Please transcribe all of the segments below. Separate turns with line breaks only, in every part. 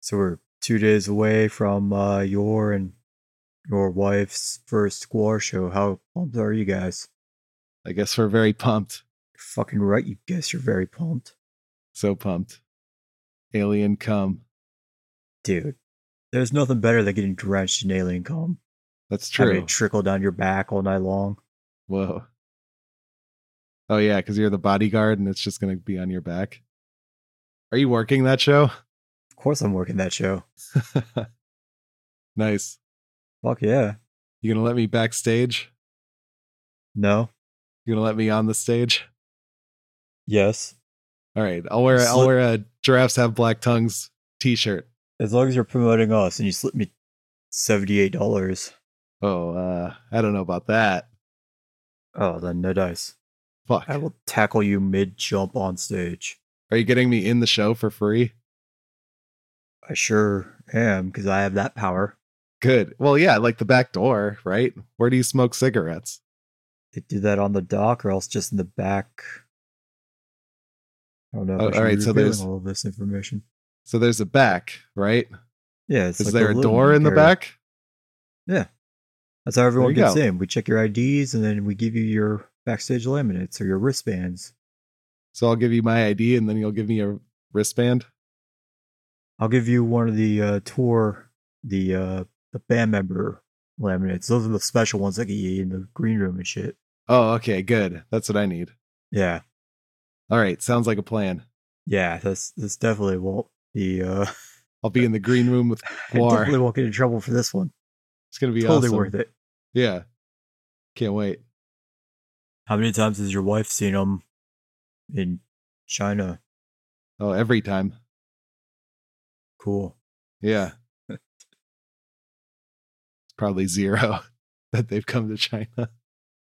So we're two days away from uh, your and your wife's first score show. How pumped are you guys?
I guess we're very pumped.
You're fucking right. You guess you're very pumped,
So pumped. Alien come.
dude. There's nothing better than getting drenched in alien cum.
That's
Having
true.
it trickle down your back all night long.
Whoa. Oh yeah, because you're the bodyguard and it's just gonna be on your back. Are you working that show?
Of course, I'm working that show.
nice.
Fuck yeah.
You gonna let me backstage?
No.
You gonna let me on the stage?
Yes.
All right, I'll wear I'll
Slip-
wear a giraffes have black tongues T-shirt.
As long as you're promoting us and you slip me seventy-eight dollars.
Oh, uh, I don't know about that.
Oh, then no dice.
Fuck.
I will tackle you mid jump on stage.
Are you getting me in the show for free?
I sure am, because I have that power.
Good. Well, yeah, like the back door, right? Where do you smoke cigarettes?
They do that on the dock or else just in the back. I don't know. If
Oh,
I should
all right,
be
so
revealing
there's-
all of this information.
So there's a back, right?
Yeah, it's
Is
like
there
the
a
living
door in the
area.
back?
That's how everyone
you
gets
go.
in. We check your IDs and then we give you your backstage laminates or your wristbands.
So I'll give you my ID and then you'll give me a wristband.
I'll give you one of the uh, tour, the uh, the band member laminates. Those are the special ones that get you in the green room and shit.
Oh, okay, good. That's what I need.
Yeah,
All right, sounds like a plan.
yeah. That's this definitely won't be. Uh,
I'll be in the green room with
I
Guar.
definitely won't get in trouble for this one.
It's gonna be
totally
awesome.
worth it.
Yeah, can't wait.
How many times has your wife seen him in China?
Oh, every time.
Cool.
Yeah, it's probably zero that they've come to China.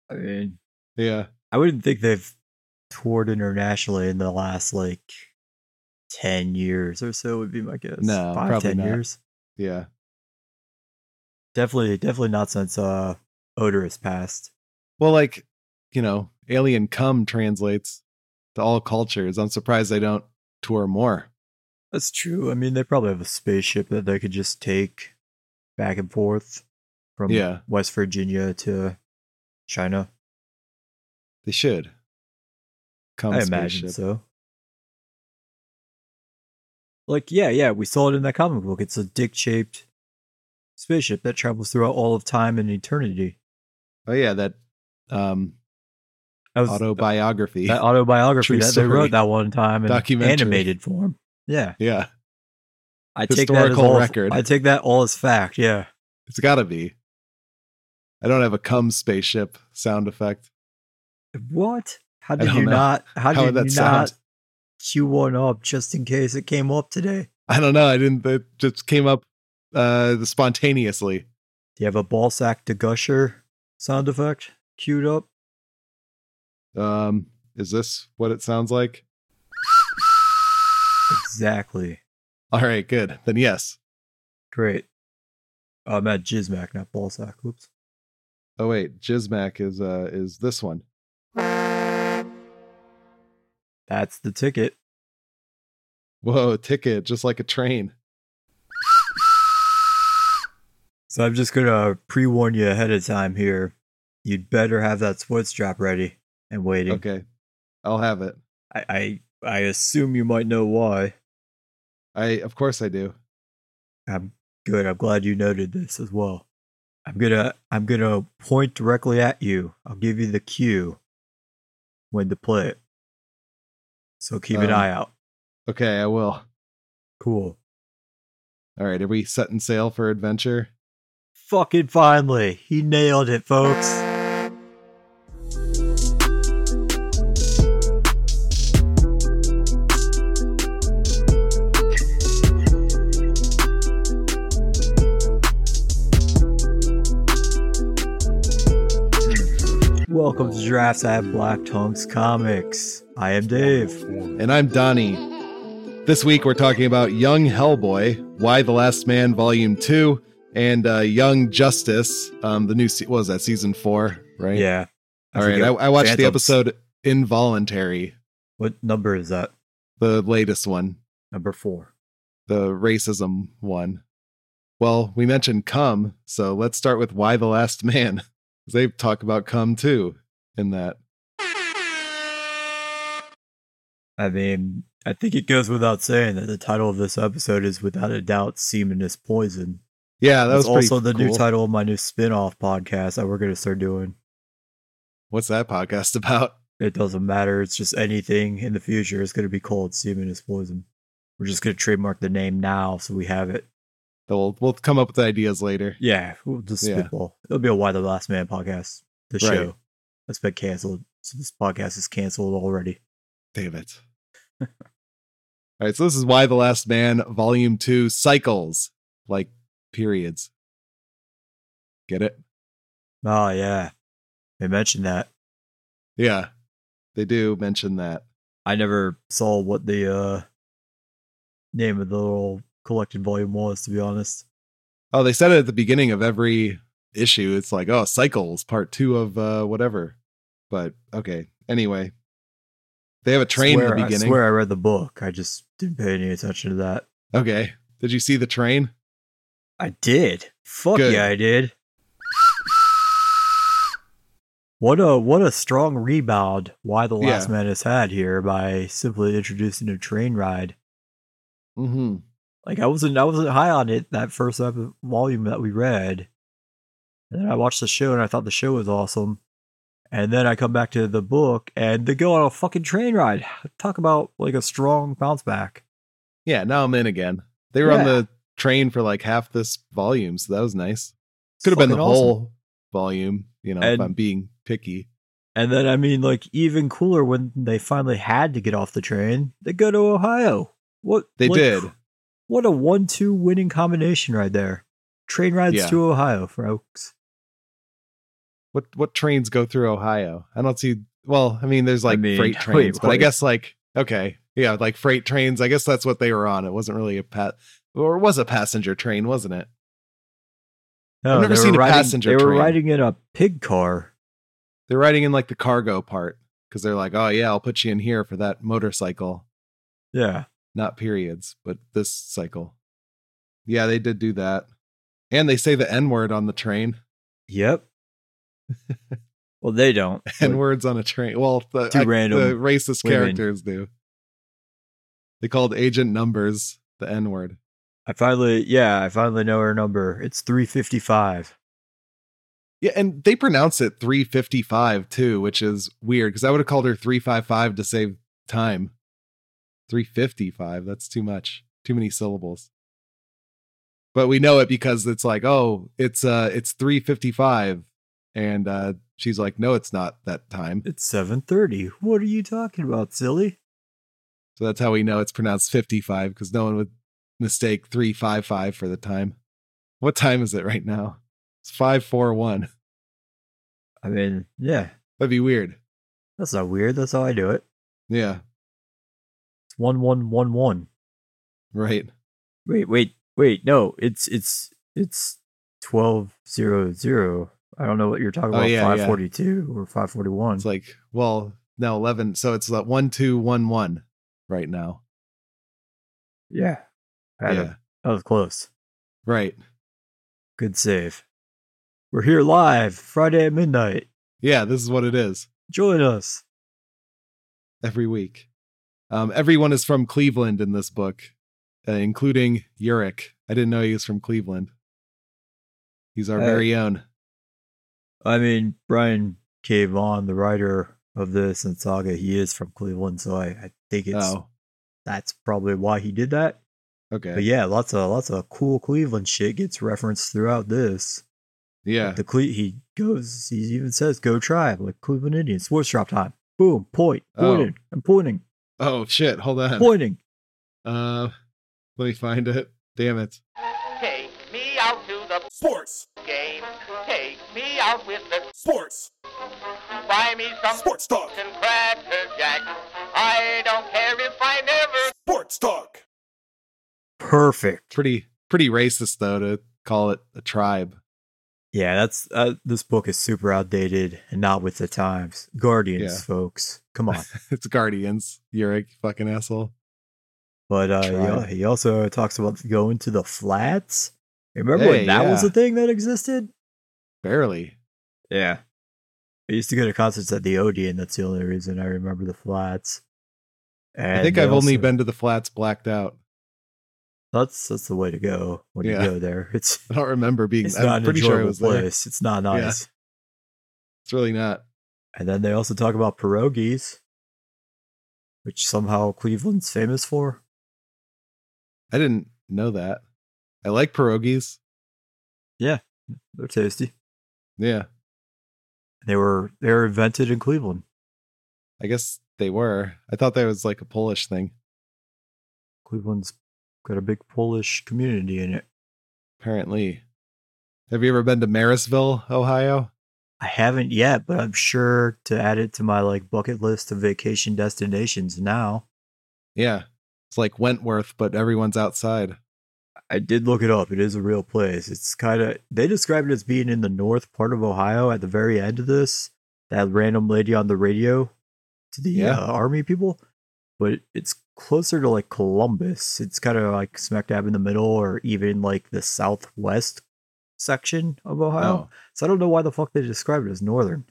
I mean,
Yeah,
I wouldn't think they've toured internationally in the last like ten years or so. Would be my guess.
No,
Five,
probably
ten
not.
years.
yeah.
Definitely, definitely not since uh, Odorous passed.
Well, like you know, alien come translates to all cultures. I'm surprised they don't tour more.
That's true. I mean, they probably have a spaceship that they could just take back and forth from
Yeah.
West Virginia to China.
They should. Come
I imagine
spaceship.
so. Like, yeah, yeah, we saw it in that comic book. It's a dick shaped spaceship that travels throughout all of time and eternity.
Oh yeah, that um
That was
autobiography.
that autobiography
True
that they
story.
wrote that one time in
Documentary.
animated form. Yeah.
yeah,
I take that as
Historical
all,
record.
I take that all as fact, yeah.
it's got to be. I don't have a cum spaceship sound effect.
What? How
I
did
don't
you
know.
not how did
How
you
would that
not
sound?
queue one up just in case it came up today?
I don't know. I didn't. It just came up uh spontaneously.
Do you have a ball sack to gusher sound effect queued up?
Um, is this what it sounds like?
Exactly.
All right, good. Then yes.
Great. Oh, I'm at Jizmac, not Ballsack. Oops.
Oh wait, Jizmac is uh is this one?
That's the ticket.
Whoa, ticket just like a train.
So I'm just gonna pre-warn you ahead of time here. You'd better have that sword strap ready and waiting.
Okay, I'll have it.
I, I I assume you might know why.
I of course I do.
I'm good. I'm glad you noted this as well. I'm gonna I'm gonna point directly at you. I'll give you the cue when to play it. So keep an
Um,
eye out.
Okay, I will.
Cool.
All right, are we setting sail for adventure?
Fucking finally, he nailed it, folks. Welcome to Drafts I Have Black Tongues Comics. I am Dave.
And I'm Donnie. This week we're talking about Young Hellboy, Why the Last Man Volume 2, and uh, Young Justice, um, the new, se- what was that, season four, right?
Yeah. I
All right. I,
forget-
I watched the
Phantoms.
episode Involuntary,
What number is that?
the latest one.
Number four.
the racism one. Well, we mentioned cum, so let's start with why the last man. 'Cause They talk about cum too in that.
I mean, I think it goes without saying that the title of this episode is without a doubt semen is poison.
Yeah, that
It's
was pretty
also the new
cool.
title of my new spin-off podcast that we're going to start doing.
What's that podcast about?
It doesn't matter. It's just anything in the future. It's going to be called semen is poison. We're just going to trademark the name now so we have it.
We'll we'll come up with ideas later.
Yeah, we'll just
Yeah.
spitball. It'll be a Why the Last Man podcast. The
Right.
show that's been canceled. So this podcast is canceled already.
Damn it. All right, so this is why the last man, volume two, cycles like periods. Get it?
Oh yeah, they mentioned that.
Yeah, they do mention that.
I never saw what the uh name of the little collected volume was. To be honest,
Oh, they said it at the beginning of every issue. It's like, oh, cycles part two of uh, whatever. But okay, anyway, they have a train
Swear-
in the beginning.
I swear I read the book. I just didn't pay any attention to that.
Okay, did you see the train?
I did. Fuck
Good.
yeah, I did. What a what a strong rebound! Why the last
Yeah.
man has had here by simply introducing a train ride.
Mm-hmm.
Like I wasn't I wasn't high on it that first epi- volume that we read. And then I watched the show and I thought the show was awesome. And then I come back to the book and they go on a fucking train ride. Talk about like a strong bounce back.
Yeah, now I'm in again. They were on
Yeah.
the train for like half this volume, so that was nice.
It's
could have been the
fucking awesome.
whole volume you know if
And-
i'm being picky
And then I mean like even cooler when they finally had to get off the train, they go to Ohio. What
they
what-
did
What a one-two winning combination right there. Train rides
Yeah.
to Ohio, folks.
what what trains go through ohio i don't see well i mean there's
I
like
mean,
freight
wait,
trains but i
wait.
guess like okay yeah like freight trains i guess that's what they were on it wasn't really a pat or it was a passenger train wasn't it
No,
never
they were
seen a
riding-
passenger
They were
train.
riding in a pig car.
they're riding in like the cargo part because they're like oh yeah i'll put you in here for that motorcycle
Yeah.
not periods but this cycle yeah they did do that and they say the n word on the train
Yep. well, they don't.
N
but
words on a train. Well, the,
Two
I-
random
the racist
women.
characters do. They called agent numbers the N word.
I finally, yeah, I finally know her number. It's 355.
Yeah, and they pronounce it 355 too, which is weird because I would have called her 355 to save time. 355, that's too much. Too many syllables. But we know it because it's like, oh, it's uh it's 355. And uh she's like, no, it's not that time.
It's 730. What are you talking about, silly?
So that's how we know it's pronounced 55 because no one would mistake 355 for the time. What time is it right now? It's 541.
I mean, yeah,
That'd be weird.
that's not weird. That's how I do it.
Yeah,
It's 1111.
right.
Wait, wait, wait. No, it's, it's, it's 1200. I don't know what you're talking
Oh,
about.
yeah, yeah.
542 or 541.
It's like, well, no, 11. So it's like 1211 right now.
yeah. Had it.
Yeah,
That was close.
right.
Good save. We're here live Friday at midnight.
Yeah, this is what it is
Join us.
every week. Um, everyone is from Cleveland in this book, uh, including Yurik. I didn't know he was from Cleveland. He's our
Hey.
very own.
I mean, Brian K. Vaughn, the writer of this and Saga, he is from Cleveland, so I, I think it's
Oh,
that's probably why he did that.
okay.
But yeah, lots of lots of cool Cleveland shit gets referenced throughout this.
yeah.
The Cle- he goes, he even says, "Go tribe," like Cleveland Indians. Sports drop time. Boom, point,
Oh.
pointing, I'm pointing,
Oh shit, hold on.
pointing.
Uh let me find it. Damn it.
Take me out to the
Sports.
game. Take me out with the.
Sports.
Buy me some
Sports talk.
and cracker jack. I don't care if I never
Sports talk.
Perfect.
Pretty pretty racist though to call it a tribe.
Yeah, that's uh, this book is super outdated and not with the times. Guardians,
Yeah.
folks, come on.
it's Guardians. Yurik, fucking asshole.
But uh, he,
Try.
al- he also talks about going to the flats. Remember when
Hey,
that was
yeah.
a thing that existed?
Barely.
Yeah. I used to go to concerts at the Odeon. That's the only reason I remember the flats. And
I think
they
I've only
also-
been to the flats blacked out.
That's that's the way to go when
Yeah.
you go there. It's
I don't remember being.
it's
I'm
not an
pretty sure I
enjoyable
was there.
place. It's not
Yeah.
nice.
It's really not.
And then they also talk about pierogies, which somehow Cleveland's famous for.
I didn't know that. I like pierogies.
They're tasty.
Yeah,
They were they were invented in Cleveland.
I guess they were. I thought that was like a Polish thing.
Cleveland's got a big Polish community in it.
Apparently. Have you ever been to Marisville, Ohio?
I haven't yet, but I'm sure to add it to my like bucket list of vacation destinations now.
Yeah, it's like Wentworth, but everyone's outside.
I did look it up. It is a real place. It's kind of they describe it as being in the north part of Ohio. At the very end of this, that random lady on the radio to the
Yeah.
uh, army people, but it's closer to like Columbus. It's kind of like smack dab in the middle, or even like the southwest section of Ohio.
Oh,
So I don't know why the fuck they describe it as northern.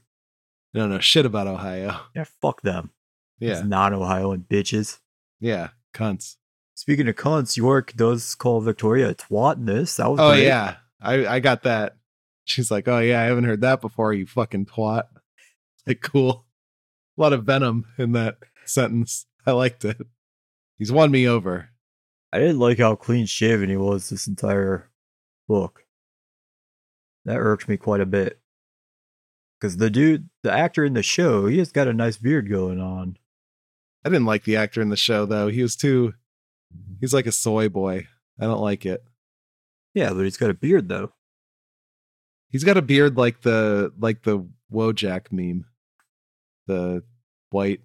no, no shit about Ohio.
Yeah, fuck them.
Yeah,
It's non-Ohioan bitches.
yeah, cunts.
Speaking of cunts, York does call Victoria a twat in this. That was
Oh
great.
yeah, I I got that. She's like, oh yeah, I haven't heard that before. You fucking twat. Like cool. A lot of venom in that sentence. I liked it. He's won me over.
I didn't like how clean shaven he was this entire book. That irked me quite a bit. Because the dude, the actor in the show, he has got a nice beard going on.
I didn't like the actor in the show though. He was too. He's like a soy boy. I don't like it.
Yeah, but he's got a beard though.
He's got a beard like the like the Wojak meme, the white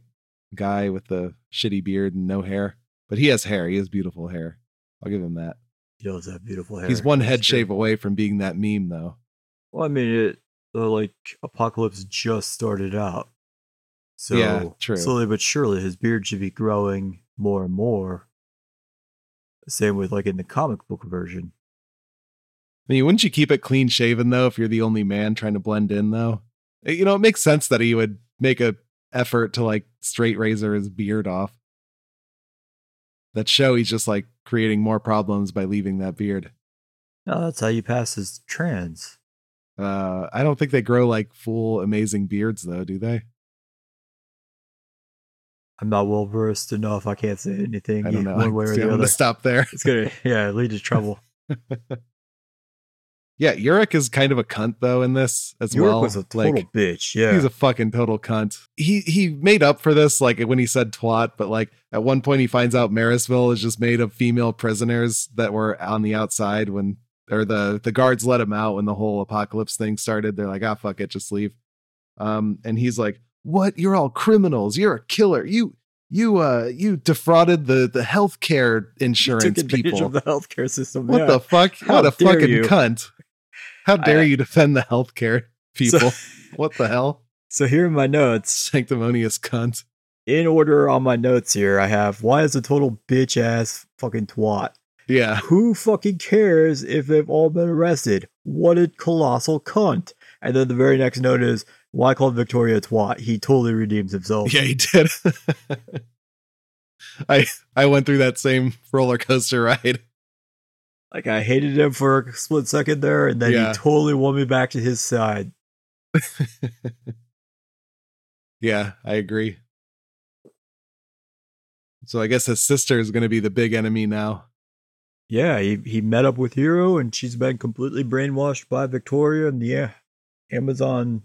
guy with the shitty beard and no hair. But he has hair. He has beautiful hair. I'll give him that.
He does have beautiful hair.
He's one
That's
head
true.
shave away from being that meme, though.
Well, I mean, it, the like apocalypse just started out, so
Yeah, true.
slowly but surely his beard should be growing more and more. Same with like in the comic book version.
I mean, wouldn't you keep it clean shaven though if you're the only man trying to blend in though? Uh, You know, it makes sense that he would make a effort to like straight razor his beard off. That show he's just like creating more problems by leaving that beard.
No, that's how you pass as trans.
Uh, I don't think they grow like full amazing beards though, do they?
I'm not well versed enough. I can't say anything
I don't
either-
know.
one way or
See, I'm
the
gonna
other.
stop there.
It's gonna yeah lead to trouble.
Yeah, Yurik is kind of a cunt though in this as
York
well.
was a total
Like,
bitch. Yeah,
He's a fucking total cunt. He he made up for this like when he said twat, but like at one point he finds out Marisville is just made of female prisoners that were on the outside when or the the guards let him out when the whole apocalypse thing started. They're like, "Ah fuck it, just leave." Um and he's like, "What? You're all criminals. You're a killer. You you uh you defrauded the the healthcare
He
insurance
took advantage
people.
of the healthcare system.
what
yeah.
the fuck?
How
what a
dare
fucking
you."
cunt. How dare
I-
you defend the healthcare
So-
people? what the hell?
So here are my notes.
sanctimonious cunt.
In order on my notes here, I have why is a total bitch ass fucking twat.
Yeah,
Who fucking cares if they've all been arrested? What a colossal cunt. And then the very next note is why call Victoria a twat? He totally redeems himself.
yeah, he did. I I went through that same roller coaster ride.
Like I hated him for a split second there, and then
Yeah.
he totally won me back to his side.
Yeah, I agree. So I guess his sister is going to be the big enemy now.
Yeah, he, he met up with Hero, and she's been completely brainwashed by Victoria and the uh, Amazon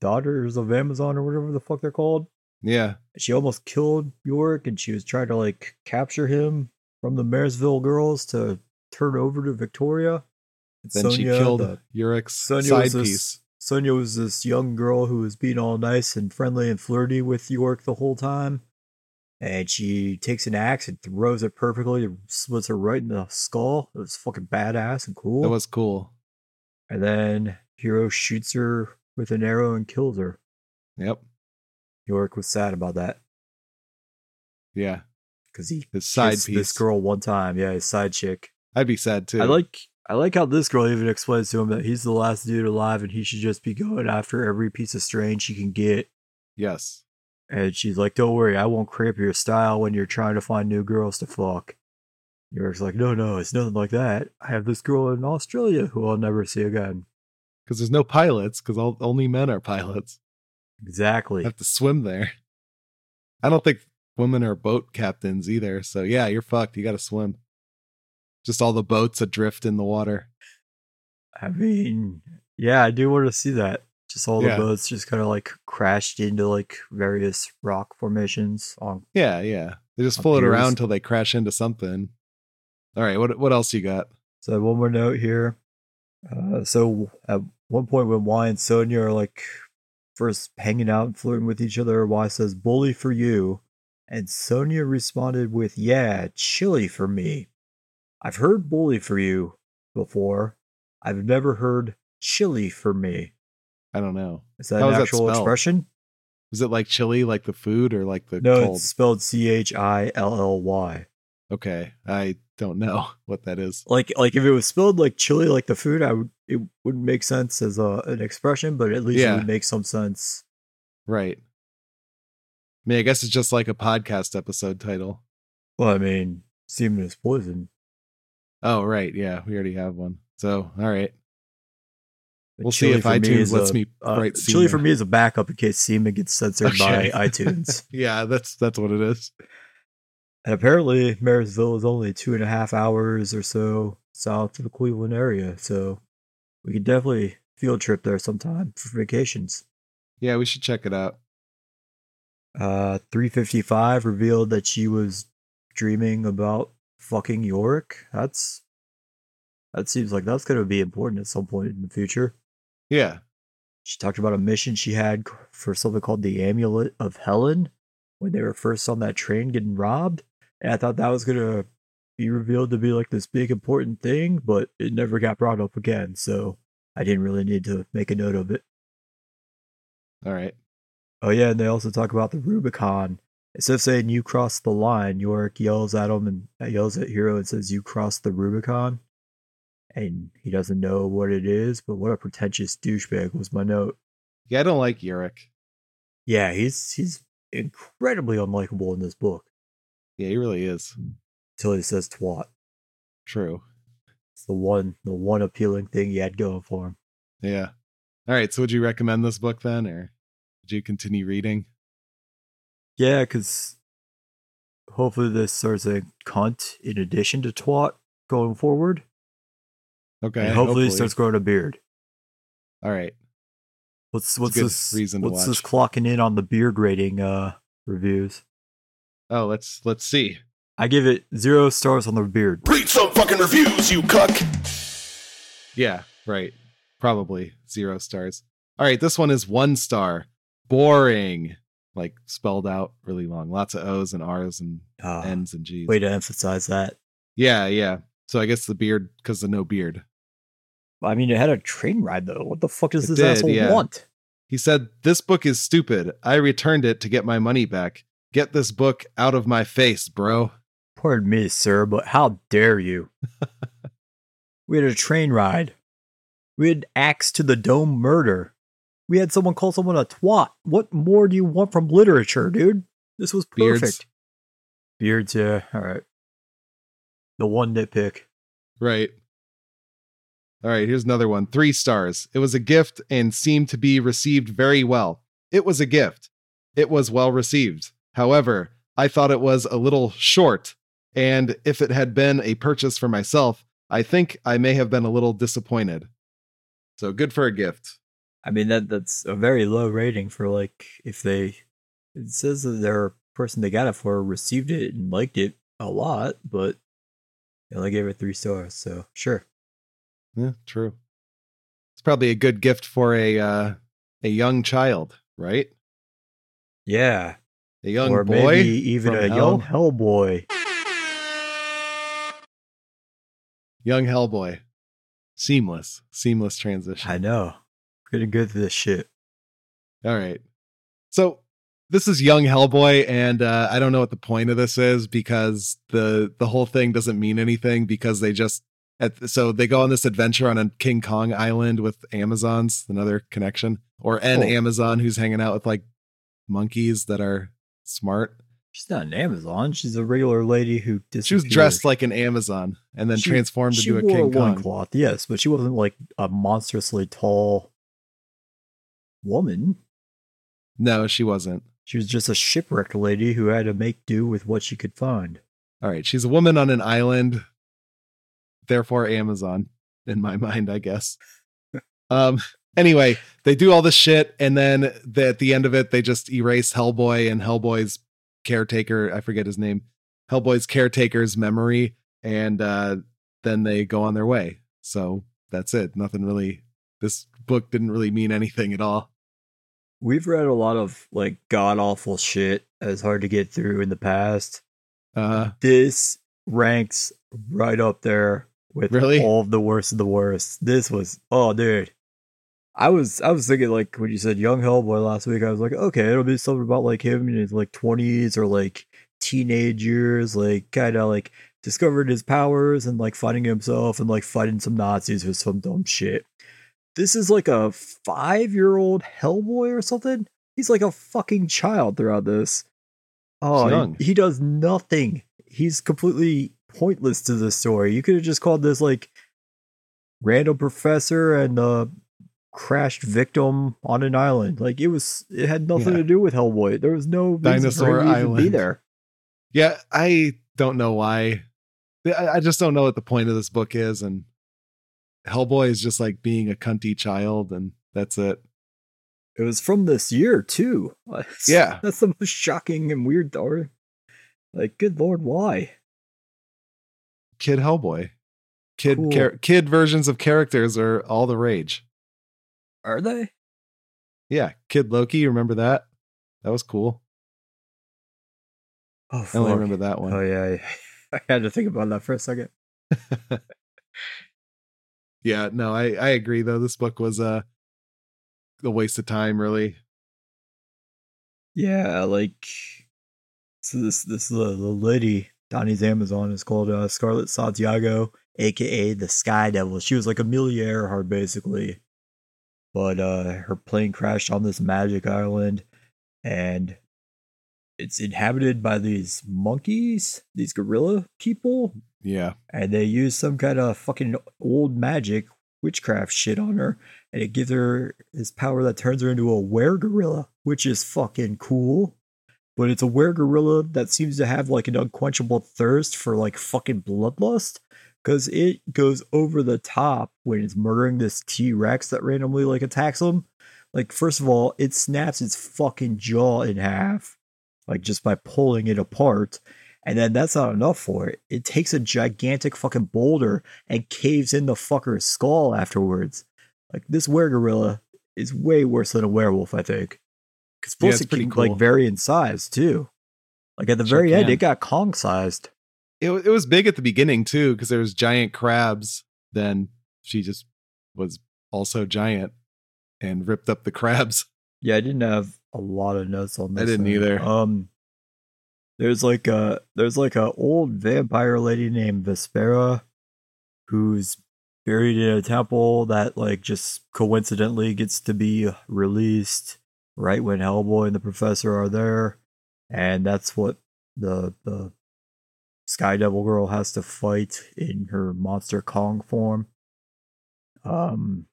daughters of Amazon or whatever the fuck they're called.
Yeah,
She almost killed York, and she was trying to like capture him from the Maresville girls to turn over to Victoria. And
then she
Sonya,
killed
the-
Yurik's
Sonya
side
was this-
piece.
Sonia was this young girl who was being all nice and friendly and flirty with York the whole time. And she takes an axe and throws it perfectly, slits her right in the skull. It was fucking badass and cool.
That was cool.
and then Hero shoots her with an arrow and kills her.
Yep.
York was sad about that.
Yeah.
because he
His side
kissed
piece.
this girl one time. Yeah, his side chick.
I'd be sad too.
I like I like how this girl even explains to him that he's the last dude alive and he should just be going after every piece of strange he can get.
Yes.
And she's like, "Don't worry, I won't cramp your style when you're trying to find new girls to fuck." Eric's like, "No, no, it's nothing like that. I have this girl in Australia who I'll never see again."
Because there's no pilots, because only men are pilots.
Exactly.
have to swim there. I don't think women are boat captains either. So yeah, you're fucked. You got to swim. Just all the boats adrift in the water.
I mean, yeah, I do want to see that. Just all
Yeah.
the boats just kind of like crashed into like various rock formations on
Yeah, yeah. They just
On
float
piers.
around till they crash into something. All right, what what else you got?
So one more note here. Uh, so at one point when Y and Sonia are like first hanging out and flirting with each other, Y says "bully for you," and Sonia responded with "yeah, chili for me." I've heard "bully for you" before. I've never heard "chili for me."
I don't know.
Is that
How
an
is that
actual
spelled?
expression?
Is it like chili, like the food, or like the
No,
cold?
it's spelled C H I L L Y.
Okay, I don't know what that is.
Like like if it was spelled like chili, like the food, I would it wouldn't make sense as a an expression, but at least
Yeah.
it would make some sense.
Right. I mean, I guess it's just like a podcast episode title.
Well, I mean, semen is poison.
Oh, right. Yeah, we already have one. So, all right.
But
We'll
chili
see if
for me
iTunes
is
lets
a-
me
uh,
write
chili for
semen.
me is a backup in case semen gets censored
Okay.
by iTunes.
Yeah, that's that's what it is.
and apparently, Marysville is only two and a half hours or so south of the Cleveland area, so we could definitely field trip there sometime for vacations.
Yeah, we should check it out.
Uh, 355 revealed that she was dreaming about fucking Yorick. That's that seems like that's going to be important at some point in the future.
Yeah.
She talked about a mission she had c- for something called the Amulet of Helen when they were first on that train getting robbed. And I thought that was going to be revealed to be like this big important thing, but it never got brought up again. So I didn't really need to make a note of it.
All right.
Oh, yeah. And they also talk about the Rubicon. Instead of saying you crossed the line, Yorick yells at him and uh, yells at Hero and says, You crossed the Rubicon. And he doesn't know what it is, but what a pretentious douchebag was my note.
Yeah, I don't like Yurik.
Yeah, he's he's incredibly unlikable in this book
Yeah, he really is.
until he says twat.
True.
It's the one the one appealing thing he had going for him.
Yeah. All right. So would you recommend this book then or would you continue reading?
Yeah, because hopefully this starts a cunt in addition to twat going forward,
Okay.
and hopefully, he starts growing a beard.
All right.
What's what's
good
this?
reason to
what's this
watch.
clocking in on the beard rating uh reviews?
Oh, let's let's see.
I give it zero stars on the beard.
Read some fucking reviews, you cuck!
Yeah, right. Probably zero stars. All right, this one is one star. Boring. Like spelled out really long. Lots of O's and R's and
Uh,
N's and G's.
way to emphasize that.
Yeah, yeah. So I guess the beard because of no beard.
I mean, it had a train ride though. What the fuck does
It
this
did,
asshole
yeah.
want?
He said, This book is stupid. I returned it to get my money back. Get this book out of my face, bro.
Pardon me, sir, but how dare you? we had a train ride. We had axe to the dome murder. We had someone call someone a twat. What more do you want from literature, dude? This was
Beards.
perfect. Beards, yeah. All right. The one nitpick.
Right. All right, here's another one. Three stars. It was a gift and seemed to be received very well. It was a gift. It was well received. However, I thought it was a little short. And if it had been a purchase for myself, I think I may have been a little disappointed. So good for a gift.
I mean that that's a very low rating for like if they it says that their person they got it for received it and liked it a lot, but they only gave it three stars, so sure.
Yeah, true. It's probably a good gift for a uh, a young child, right?
Yeah.
A young
or
boy,
maybe even
from
a young Hellboy.
young Hellboy. Seamless, seamless transition.
I know. Getting good at this shit.
All right. So this is young Hellboy, and uh, I don't know what the point of this is because the the whole thing doesn't mean anything because they just at, so they go on this adventure on a King Kong island with Amazons, another connection, or an
Oh.
Amazon who's hanging out with like monkeys that are smart.
She's not an Amazon. She's a regular lady who disappeared.
She was dressed like an Amazon and then
She-
transformed
she
into a
wore
King Kong.
loincloth, yes, but she wasn't like a monstrously tall woman.
No, she wasn't.
She was just a shipwrecked lady who had to make do with what she could find.
All right, she's a woman on an island, therefore Amazon in my mind, I guess. Um anyway, they do all this shit and then the, at the end of it they just erase Hellboy and Hellboy's caretaker, I forget his name, Hellboy's caretaker's memory and uh then they go on their way. So that's it. Nothing really this book didn't really mean anything at all.
We've read a lot of like god awful shit that's hard to get through in the past.
Uh
This ranks right up there with
Really?
all of the worst of the worst. This was oh dude. I was I was thinking like when you said young Hellboy last week, I was like, okay, it'll be something about like him in his like twenties or like teenage years, like kinda like discovered his powers and like fighting himself and like fighting some Nazis or some dumb shit. This is like a five year old Hellboy or something. He's like a fucking child throughout this. Oh, he-
young.
He, does nothing. He's completely pointless to the story. You could have just called this like random professor and uh crashed victim on an island. Like it was, it had nothing
Yeah.
to do with Hellboy. There was no reason for
Dinosaur
him to even be
Island.
there.
Yeah, I don't know why. I, I just don't know what the point of this book is. And Hellboy is just like being a cunty child, and that's it.
It was from this year too.
Yeah.
that's the most shocking and weird story. Like, good lord, why?
Kid Hellboy, kid
Cool.
char- kid versions of characters are all the rage.
Are they?
Yeah, Kid Loki. you Remember that? That was cool.
Oh,
I only
fuck.
remember that one.
Oh yeah, yeah. I had to think about that for a second.
yeah, no, I I agree though. This book was uh, a waste of time, really.
Yeah, like so this this uh, the lady Donnie's Amazon is called uh, Scarlett Santiago, aka the Sky Devil. She was like Amelia Earhart basically, but uh, her plane crashed on this magic island, and it's inhabited by these monkeys, these gorilla people,
Yeah,
and they use some kind of fucking old magic witchcraft shit on her, and it gives her this power that turns her into a were gorilla, which is fucking cool. But it's a were gorilla that seems to have like an unquenchable thirst for like fucking bloodlust, because it goes over the top when it's murdering this T Rex that randomly like attacks him. Like first of all, it snaps its fucking jaw in half, like just by pulling it apart. And then that's not enough for it. It takes a gigantic fucking boulder and caves in the fucker's skull afterwards. Like this wergorilla is way worse than a werewolf, I think. Because
Yeah,
plus
it's
it
pretty
can
cool.
like vary in size too. Like at the
Sure
very end,
can.
it got Kong sized.
it wa- it was big at the beginning too because there was giant crabs. Then she just was also giant and ripped up the crabs.
Yeah, I didn't have a lot of notes on
I
this.
didn't
thing.
either.
Um, there's like a there's like a old vampire lady named Vespera, who's buried in a temple that like just coincidentally gets to be released right when Hellboy and the Professor are there, and that's what the the Sky Devil girl has to fight in her Monster Kong form. Um,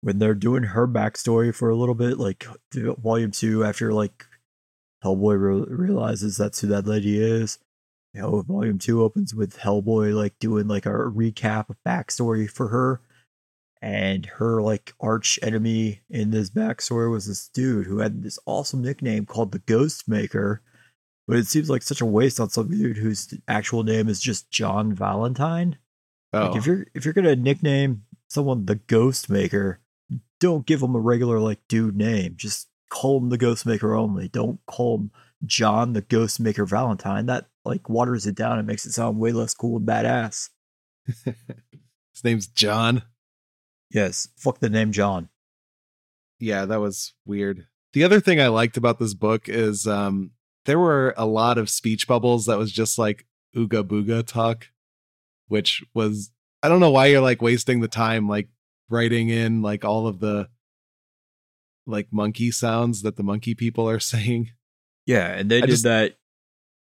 when they're doing her backstory for a little bit, like th- volume two, after like Hellboy re- realizes that's who that lady is. You know, volume two opens with Hellboy like doing like a recap of backstory for her, and her like arch enemy in this backstory was this dude who had this awesome nickname called the Ghost Maker, but it seems like such a waste on some dude whose actual name is just John Valentine.
Oh,
Like if you're if you're gonna nickname someone the Ghost Maker, don't give them a regular like dude name. Just call him the Ghost Maker only. Don't call him John the Ghost Maker Valentine. That like waters it down and makes it sound way less cool and badass.
his name's John.
Yes, fuck the name John.
Yeah, that was weird. The other thing I liked about this book is um, there were a lot of speech bubbles that was just like ooga booga talk, which was I don't know why you're like wasting the time like writing in like all of the like monkey sounds that the monkey people are saying.
Yeah, and they
I
did
just-
that
It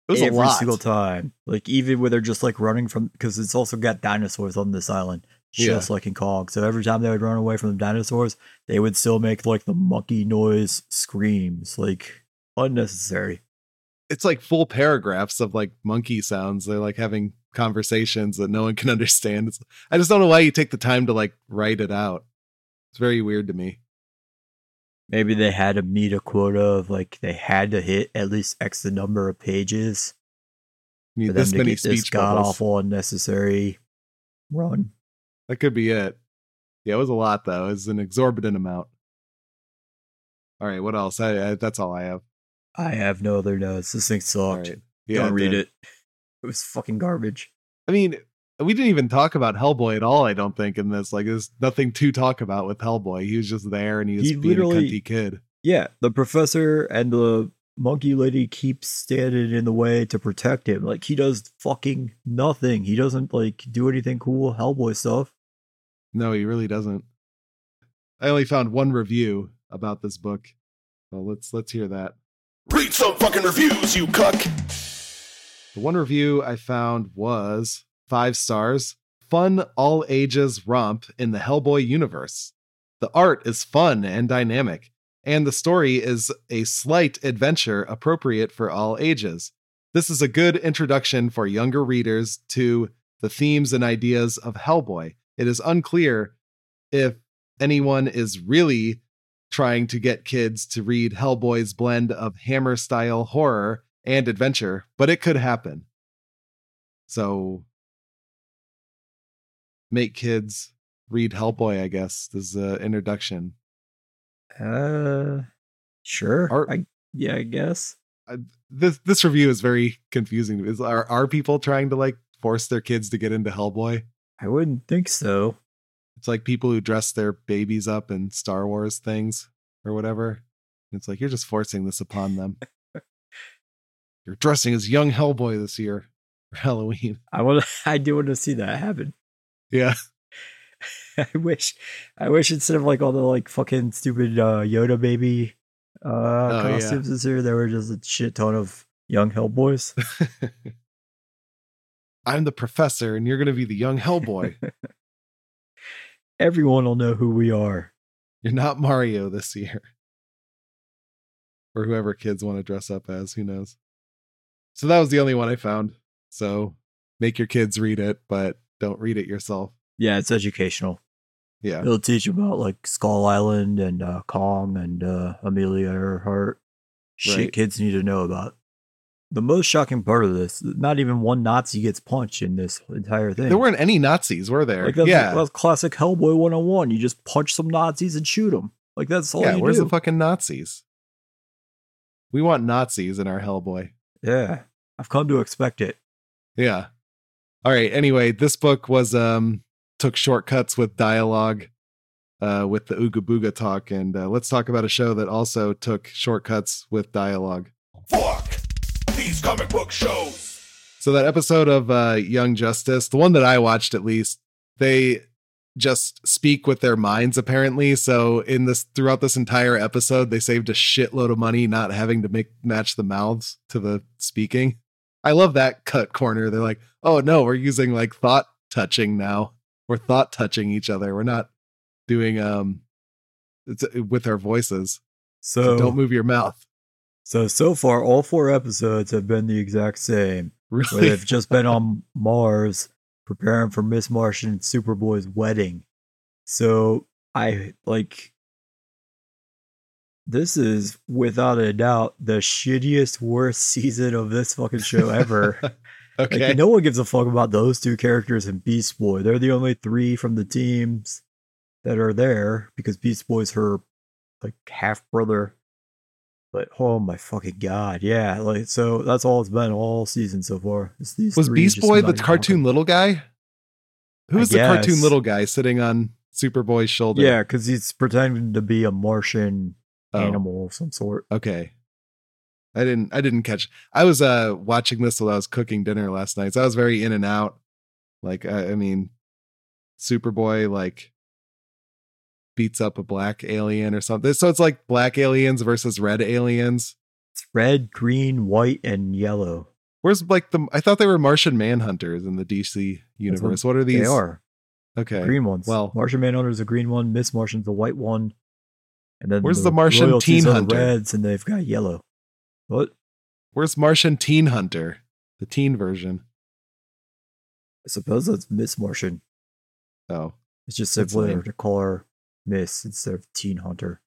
was
every
a lot.
single time. Like even where they're just like running from, because it's also got dinosaurs on this island, just like in Kong. So every time they would run away from the dinosaurs, they would still make like the monkey noise screams, like unnecessary.
it's like full paragraphs of like monkey sounds. They're like having conversations that no one can understand. It's, I just don't know why you take the time to like write it out. It's very weird to me.
Maybe they had to meet a quota of like they had to hit at least X the number of pages
You
for
need
them
this
to
many
get this
speech
god
bubbles.
awful unnecessary run.
That could be it. Yeah, it was a lot though. It was an exorbitant amount. All right, what else? I, I, that's all I have.
I have no other notes. This thing
All
sucked.
right.
Don't read
did.
it. It was fucking garbage.
I mean, we didn't even talk about Hellboy at all. I don't think in this. Like, there's nothing to talk about with Hellboy. He was just there, and he was
He
being a
literally-
cunty kid.
Yeah, the professor and the monkey lady keep standing in the way to protect him. Like he does fucking nothing. He doesn't like do anything cool Hellboy stuff.
No, he really doesn't. I only found one review about this book. Well, let's let's hear that.
Read some fucking reviews, you cuck.
The one review I found was five stars. Fun all ages romp in the Hellboy universe. The art is fun and dynamic, and the story is a slight adventure appropriate for all ages. This is a good introduction for younger readers to the themes and ideas of Hellboy. It is unclear if anyone is really trying to get kids to read Hellboy's blend of hammer style horror and adventure, but it could happen. So make kids read Hellboy, I guess. This is an introduction.
Uh, sure.
Are-
I, yeah, I guess.
This this review is very confusing. to me. Is are are people trying to like force their kids to get into Hellboy?
I wouldn't think so.
It's like people who dress their babies up in Star Wars things or whatever. It's like you're just forcing this upon them. you're dressing as young Hellboy this year for Halloween.
I want. I do want to see that happen.
Yeah.
I wish. I wish instead of like all the like fucking stupid uh, Yoda baby uh,
yeah.
costumes this year, there were just a shit ton of young Hellboys.
I'm the professor and you're going to be the young Hellboy.
Everyone will know who we are.
you're not Mario this year. Or whoever kids want to dress up as, who knows. So that was the only one I found. So make your kids read it, but don't read it yourself.
Yeah, it's educational.
Yeah.
It'll teach you about like Skull Island and uh, Kong and uh, Amelia Earhart. Shit
Right.
kids need to know about. The most shocking part of this, not even one Nazi gets punched in this entire thing.
There weren't any Nazis, were there?
like that's,
yeah.
that's classic Hellboy 101. You just punch some Nazis and shoot them. Like that's all
yeah.
you
Where's
do.
the fucking Nazis? We want Nazis in our Hellboy.
yeah. I've come to expect it.
Yeah. All right. Anyway, this book was um took shortcuts with dialogue, uh, with the Ooga Booga talk, and uh, let's talk about a show that also took shortcuts with dialogue.
Fuck these comic book shows.
So that episode of uh, Young Justice, the one that I watched at least, they just speak with their minds apparently. So in this throughout this entire episode, they saved a shitload of money not having to make match the mouths to the speaking. I love that cut corner. They're like, oh no, we're using like thought touching now. We're thought touching each other. We're not doing um it's uh, with our voices.
So,
so don't move your mouth.
so so far, all four episodes have been the exact same. where
Really?
they've just been on Mars preparing for Miss Martian and Superboy's wedding. So I like this is without a doubt the shittiest, worst season of this fucking show ever.
okay.
Like no one gives a fuck about those two characters and Beast Boy. They're the only three from the teams that are there because Beast Boy's her like half brother. But oh my fucking god, yeah. Like so that's all it's been all season so far. It's these
was
three
Beast
just
Boy
not
the
even
cartoon
talking.
little guy? Who
I
was the cartoon
guess.
little guy sitting on Superboy's shoulder?
Yeah, because he's pretending to be a Martian
Oh.
animal of some sort.
Okay. I didn't I didn't catch. I was uh watching this while I was cooking dinner last night. So I was very in and out. Like I, I mean Superboy like beats up a black alien or something. So it's like black aliens versus red aliens.
It's red, green, white, and yellow.
Where's like the I thought they were Martian Manhunters in the DC universe. What are these?
They are
Okay.
green ones.
well-
Martian Manhunter is a green one. Miss Martian's a white one. And then
Where's the Martian
royalties
Teen
are the
Hunter?
Reds, and they've got yellow. What?
Where's Martian Teen Hunter? The teen version.
I suppose that's Miss Martian.
Oh.
It's just
That's
simpler
lame.
to call her Miss instead of Teen Hunter.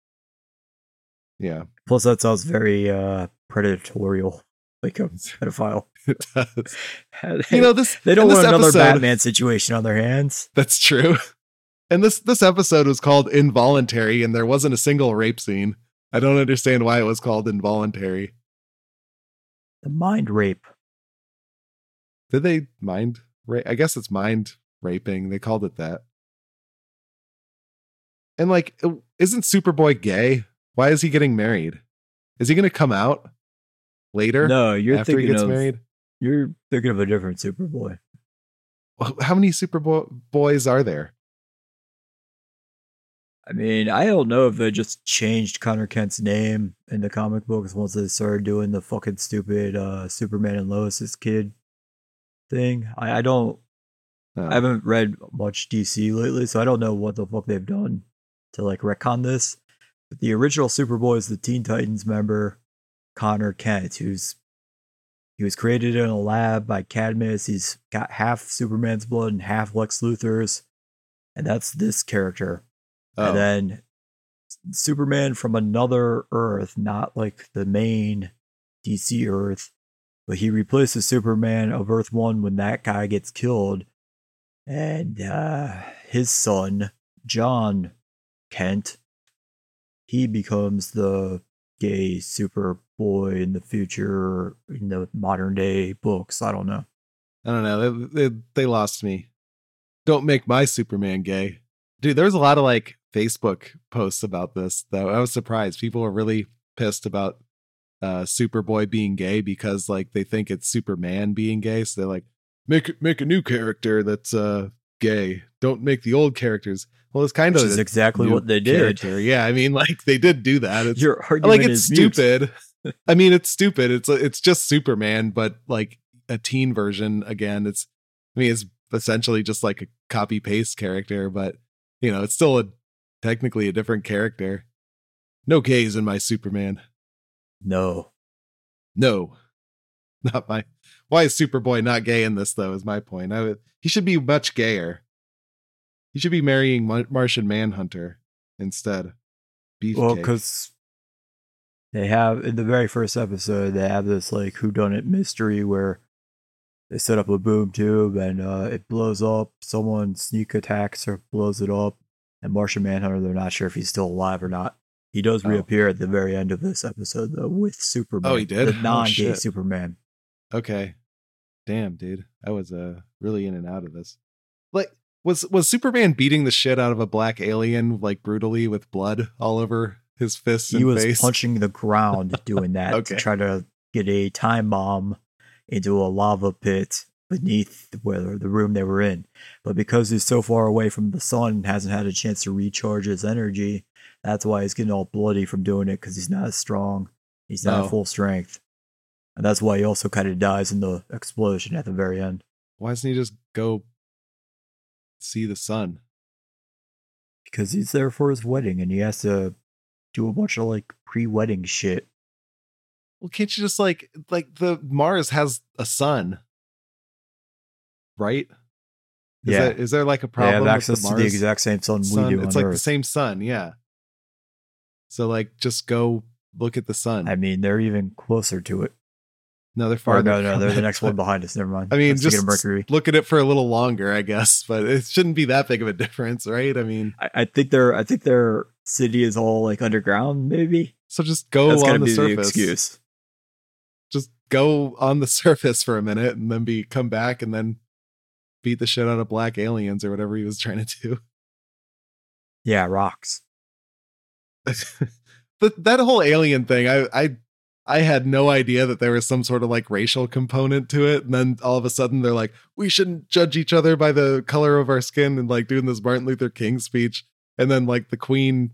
Yeah.
Plus, that sounds very uh predatorial, like a pedophile.
It does.
they,
You know this
they don't
in this
want another
episode-
Batman situation on their hands.
That's true. And this this episode was called involuntary, and there wasn't a single rape scene. I don't understand why it was called involuntary.
The mind rape.
Did they mind rape? I guess it's mind raping. They called it that. And like, isn't Superboy gay? Why is he getting married? Is he going to come out later?
No, you're
after he
thinking
gets
of
married.
you're thinking of a different Superboy.
How many Superboy boys are there?
I mean, I don't know if they just changed Connor Kent's name in the comic books once they started doing the fucking stupid uh, Superman and Lois's kid thing. I, I don't.
Oh,
I haven't read much DC lately, so I don't know what the fuck they've done to like retcon this. But the original Superboy is the Teen Titans member Connor Kent, who's he was created in a lab by Cadmus. He's got half Superman's blood and half Lex Luthor's, and that's this character.
oh,
And then Superman from another Earth, not like the main DC Earth, but he replaces Superman of Earth 1 when that guy gets killed. And uh, his son, John Kent, he becomes the gay Superboy in the future, in the modern day books. I don't know.
I don't know. They, they, they lost me. Don't make my Superman gay. Dude, there was a lot of like Facebook posts about this, though. I was surprised. People were really pissed about uh Superboy being gay because like they think it's Superman being gay. So they're like, make make a new character that's uh gay. Don't make the old characters. Well, it's kind
Which
of
is
a
exactly
new
what they did.
character. Yeah, I mean, like they did do that. It's
Your argument
like it's
is mute.
stupid. I mean, it's stupid. It's it's just Superman, but like a teen version again. It's I mean, it's essentially just like a copy paste character, but you know, it's still a technically a different character. No gays in my Superman.
No.
No, not my. Why is Superboy not gay in this though? Is my point. I would, he should be much gayer. He should be marrying Mar- Martian Manhunter instead. Beefcake.
Well, because they have in the very first episode they have this like whodunit mystery where they set up a boom tube and uh, it blows up. Someone sneak attacks or blows it up, and Martian Manhunter they're not sure if he's still alive or not. He does
Oh.
reappear at the very end of this episode though with Superman.
he did?
the
Oh,
non-gay
shit.
Superman.
Okay. Damn, dude. I was uh really in and out of this. Like was was Superman beating the shit out of a black alien like brutally with blood all over his fists
He
and
was
face?
punching the ground doing that
Okay.
to try to get a time bomb into a lava pit beneath where the room they were in. But because he's so far away from the sun and hasn't had a chance to recharge his energy, that's why he's getting all bloody from doing it because he's not as strong. He's not
Oh.
at full strength. And that's why he also kind of dies in the explosion at the very end
Why doesn't he just go see the sun?
because he's there for his wedding and he has to do a bunch of like pre wedding shit.
Well, can't you just like like the Mars has a sun? Right? Is that- is there like a
They
problem?
have
with
access
the
to
Mars?
the exact same sun,
sun.
we do
It's
on
like
Earth.
the same sun, yeah. So like just go look at the sun.
I mean, they're even closer to it.
no, they're
Or
farther.
no, no,
from
they're the
it,
next
but-
one behind us. Never mind.
I mean,
That's the
just
Kingdom of Mercury.
look at it for a little longer, I guess, but it shouldn't be that big of a difference, right? I mean,
I, I think their I think their city is all like underground. Maybe
so just go
that's
Oh, on
gonna
the
be
surface.
the excuse.
Just go on the surface for a minute and then be come back and then beat the shit out of black aliens or whatever he was trying to do.
Yeah, rocks.
That that whole alien thing, I I I had no idea that there was some sort of like racial component to it. And then all of a sudden they're like, we shouldn't judge each other by the color of our skin and like doing this Martin Luther King speech. And then like the Queen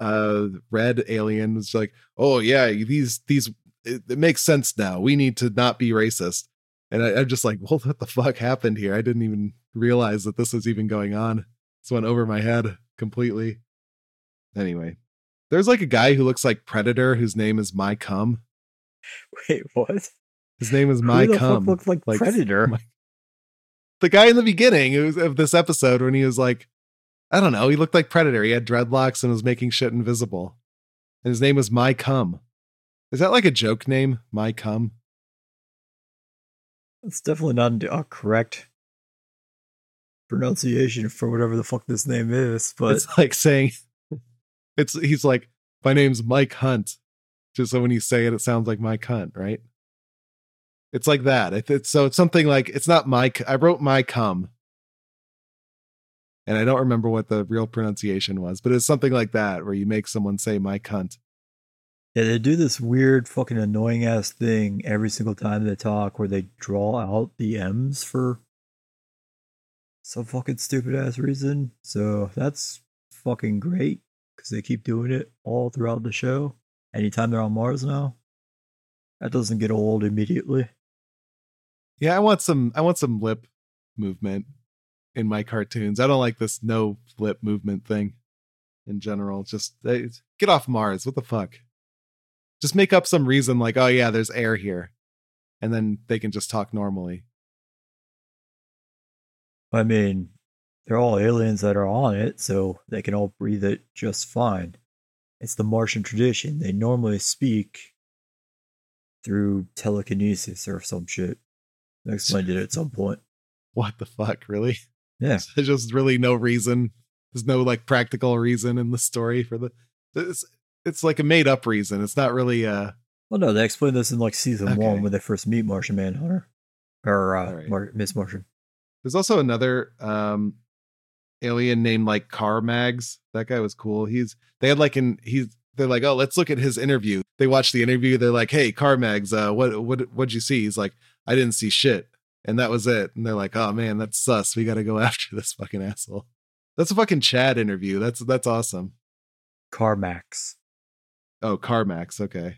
uh red alien was like, oh yeah, these these it, it makes sense now. We need to not be racist. And I, I'm just like, well, what the fuck happened here? I didn't even realize that this was even going on. This went over my head completely. Anyway, there's like a guy who looks like Predator whose name is My Cum.
Wait, what?
His name is My
Who the
Cum.
fuck looked like,
Like,
Predator?
my- the guy in the beginning who was- of this episode when he was like, I don't know, he looked like Predator. He had dreadlocks and was making shit invisible. And his name was My Cum. Is that like a joke name? My Cum?
That's definitely not a correct pronunciation for whatever the fuck this name is, but
it's like saying it's he's like my name's mike hunt just so when you say it it sounds like mike hunt right it's like that It- it's so it's something like it's not mike i wrote my cum and i don't remember what the real pronunciation was but it's something like that where you make someone say mike hunt
yeah, they do this weird fucking annoying ass thing every single time they talk where they draw out the M's for some fucking stupid ass reason. So that's fucking great because they keep doing it all throughout the show. Anytime they're on Mars now, that doesn't get old immediately.
yeah i want some i want some lip movement in my cartoons i don't like this no lip movement thing in general just eh, get off mars what the fuck just make up some reason like oh yeah there's air here and then they can just talk normally
I mean, they're all aliens that are on it, so they can all breathe it just fine. It's the Martian tradition. They normally speak through telekinesis or some shit. They explained it at some point.
what the fuck really
Yeah.
there's just really no reason there's no like practical reason in the story for the it's it's like a made up reason it's not really uh
Well, no, they explained this in like season
Okay.
one when they first meet Martian Manhunter or uh,
All right.
Mar- Miss Martian.
There's also another um alien named like Car Mags. That guy was cool. He's they had like an he's they're like, oh, let's look at his interview. They watch the interview. They're like, hey, Car Mags, uh, what what what'd you see? He's like, I didn't see shit, and that was it. And they're like, oh man, that's sus. We got to go after this fucking asshole. That's a fucking Chad interview. That's that's awesome.
Carmax.
Oh, Carmax. Okay.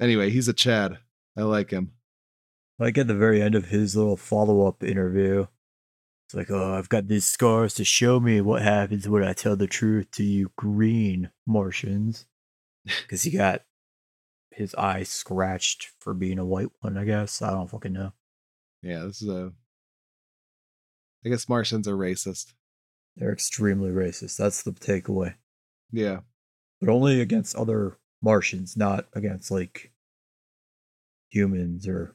Anyway, he's a Chad. I like him.
Like at the very end of his little follow up interview, it's like, oh, I've got these scars to show me what happens when I tell the truth to you green Martians. Because he got his eye scratched for being a white one, I guess. I don't fucking know.
Yeah, this is a. I guess Martians are racist.
They're extremely racist. That's the takeaway.
Yeah.
But only against other Martians, not against like humans or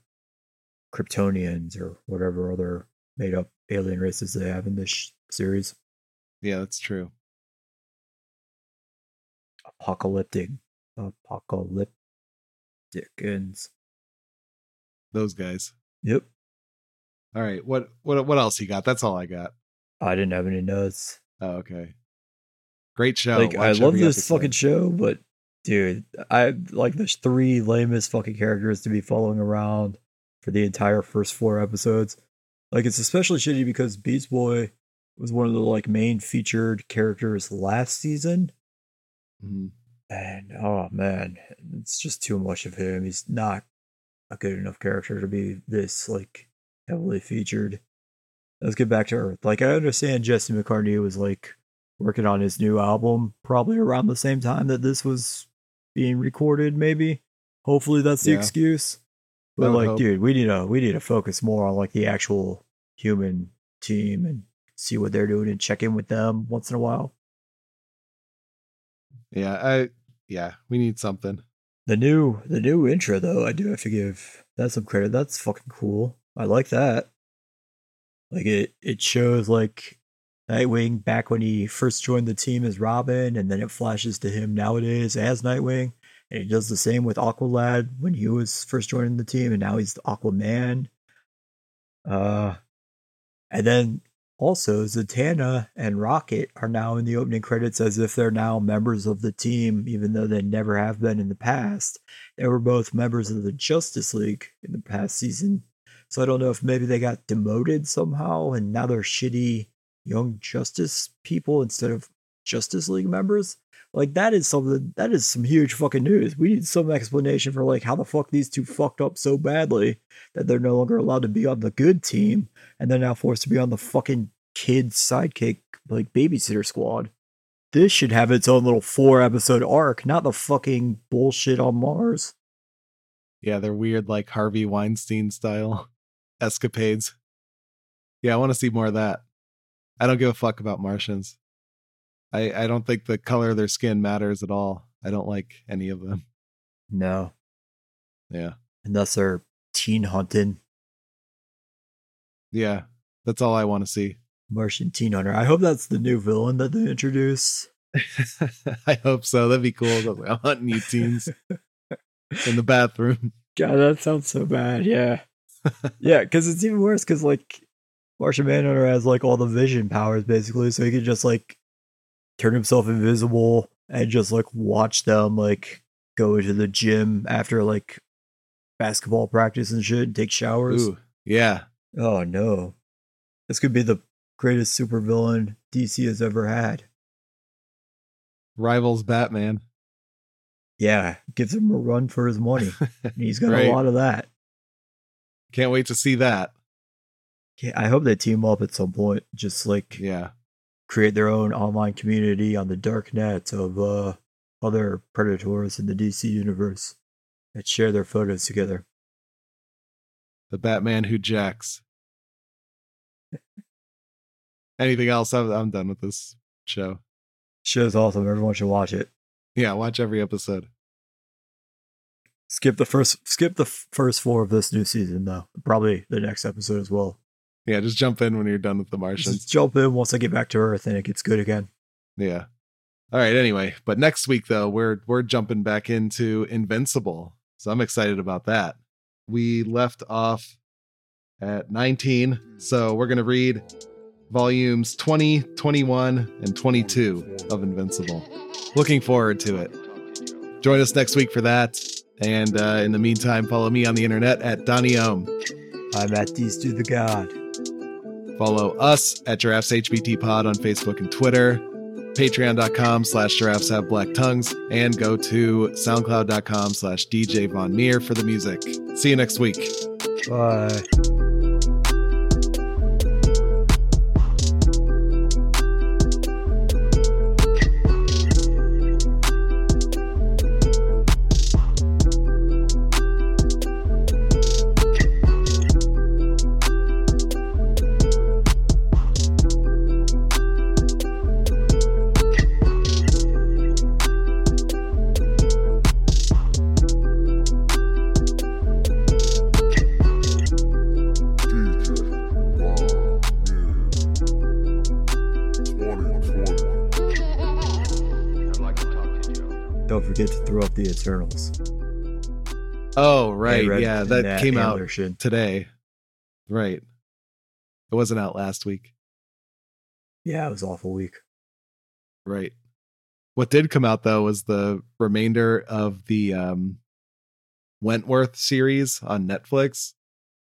Kryptonians or whatever other made up alien races they have in this sh- series.
Yeah, that's true.
apocalyptic apocalyptic ends.
Those guys.
Yep.
All right. What what what else you got? That's all I got.
I didn't have any notes.
Oh, okay. Great show.
like I
Watch
love
every
this
episode.
fucking show, but dude, I like there's three lamest fucking characters to be following around for the entire first four episodes. Like it's especially shitty because Beast Boy was one of the like main featured characters last season.
Mhm.
And oh man, it's just too much of him. He's not a good enough character to be this like heavily featured. Let's get back to Earth. Like I understand Jesse McCartney was like working on his new album probably around the same time that this was being recorded, maybe. Hopefully that's the
Yeah.
excuse.
I
But
would
like,
hope.
dude, we need to we need to focus more on like the actual human team and see what they're doing and check in with them once in a while.
Yeah, I yeah, we need something.
The new the new intro though, I do have to give that some credit. That's fucking cool. I like that. Like it it shows like Nightwing back when he first joined the team as Robin, and then it flashes to him nowadays as Nightwing. And he does the same with Aqualad when he was first joining the team, and now he's Aquaman. Uh, and then Also, Zatanna and Rocket are now in the opening credits as if they're now members of the team, even though they never have been in the past. They were both members of the Justice League in the past season. So I don't know if maybe they got demoted somehow and now they're shitty young Justice people instead of Justice League members. Like that is something that is some huge fucking news. We need some explanation for like how the fuck these two fucked up so badly that they're no longer allowed to be on the good team and they're now forced to be on the fucking kid sidekick like babysitter squad. This should have its own little four episode arc, not the fucking bullshit on Mars.
Yeah, they're weird, like Harvey Weinstein style escapades. Yeah, I want to see more of that. I don't give a fuck about Martians. I, I don't think the color of their skin matters at all. I don't like any of them.
No,
Yeah.
unless they're teen hunting
Yeah. That's all I want to see.
Martian teen hunter. I hope that's the new villain that they introduce.
I hope so. That'd be cool. I'm hunting you teens in the bathroom.
God, that sounds so bad. Yeah. yeah, because it's even worse because, like, Martian Manhunter has, like, all the vision powers basically. So he can just, like, turn himself invisible and just, like, watch them, like, go into the gym after, like, basketball practice and shit and take showers.
Ooh. Yeah.
Oh, no. This could be the greatest supervillain DC has ever had.
Rivals Batman.
Yeah, gives him a run for his money. and he's got
Right.
a lot of that.
Can't wait to see that.
Yeah, I hope they team up at some point, just like
Yeah.
create their own online community on the dark net of uh, other predators in the DC universe that share their photos together.
The Batman who jacks. Anything else? I'm, I'm done with this show.
Show's awesome. Everyone should watch it.
Yeah. Watch every episode.
Skip the first, skip the f- first four of this new season though. Probably the next episode as well.
Yeah. Just jump in when you're done with the Martians.
Just jump in once I get back to Earth and it gets good again.
Yeah. All right. Anyway, but next week though, we're we're jumping back into Invincible, so I'm excited about that. We left off at 19, so we're gonna read volumes 20, 21, and 22 of Invincible. Looking forward to it. Join us next week for that. And uh, in the meantime, follow me on the internet at Donny Ohm.
I'm at these to the god.
Follow us at Giraffes HBT Pod on Facebook and Twitter, patreon.com slash giraffes have black tongues, and go to soundcloud.com slash DJ Von Meer for the music. See you next week.
Bye.
I'd like to talk to Joe.
Don't forget to throw up the Eternals.
Oh, right.
Hey, Red-
yeah,
and
that, came out
antler shit.
today. Right. It wasn't out last week.
Yeah, it was awful week.
Right. What did come out though was the remainder of the um Wentworth series on Netflix.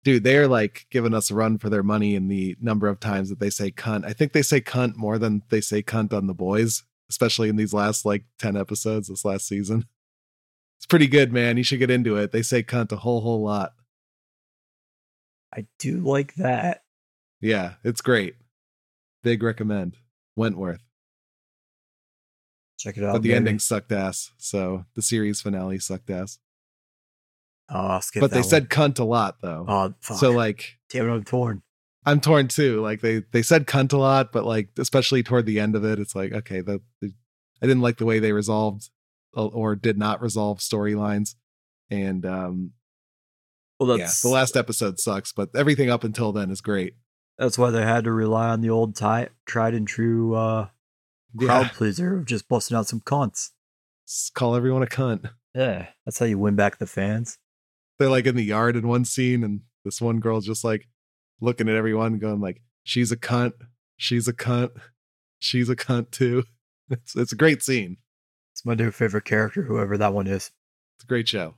Dude, they are like giving us a run for their money in the number of times that they say cunt. I think they say cunt more than they say cunt on the boys, especially in these last like 10 episodes this last season. It's pretty good, man. You should get into it. They say cunt a whole whole lot.
I do like that.
Yeah, it's great. Big recommend. Wentworth.
Check it out.
But the
baby.
ending sucked ass. So the series finale sucked ass.
Oh, I'll skip
but
that
they
one.
said cunt a lot though.
Oh, fuck.
so like
damn it, I'm torn.
I'm torn too. Like they they said cunt a lot, but like especially toward the end of it, it's like okay, the, the I didn't like the way they resolved or- or did not resolve storylines, and um
Well,
yeah, the last episode sucks, but everything up until then is great.
that's why they had to rely on the old ti- tried and true uh, crowd
Yeah,
pleaser of just busting out some cons.
Just call everyone a cunt.
Yeah, that's how you win back the fans.
They're like in the yard in one scene, and this one girl's just like looking at everyone, going like, She's a cunt. She's a cunt. She's a cunt too. It's, it's a great scene.
It's my new favorite character, whoever that one is.
It's a great show.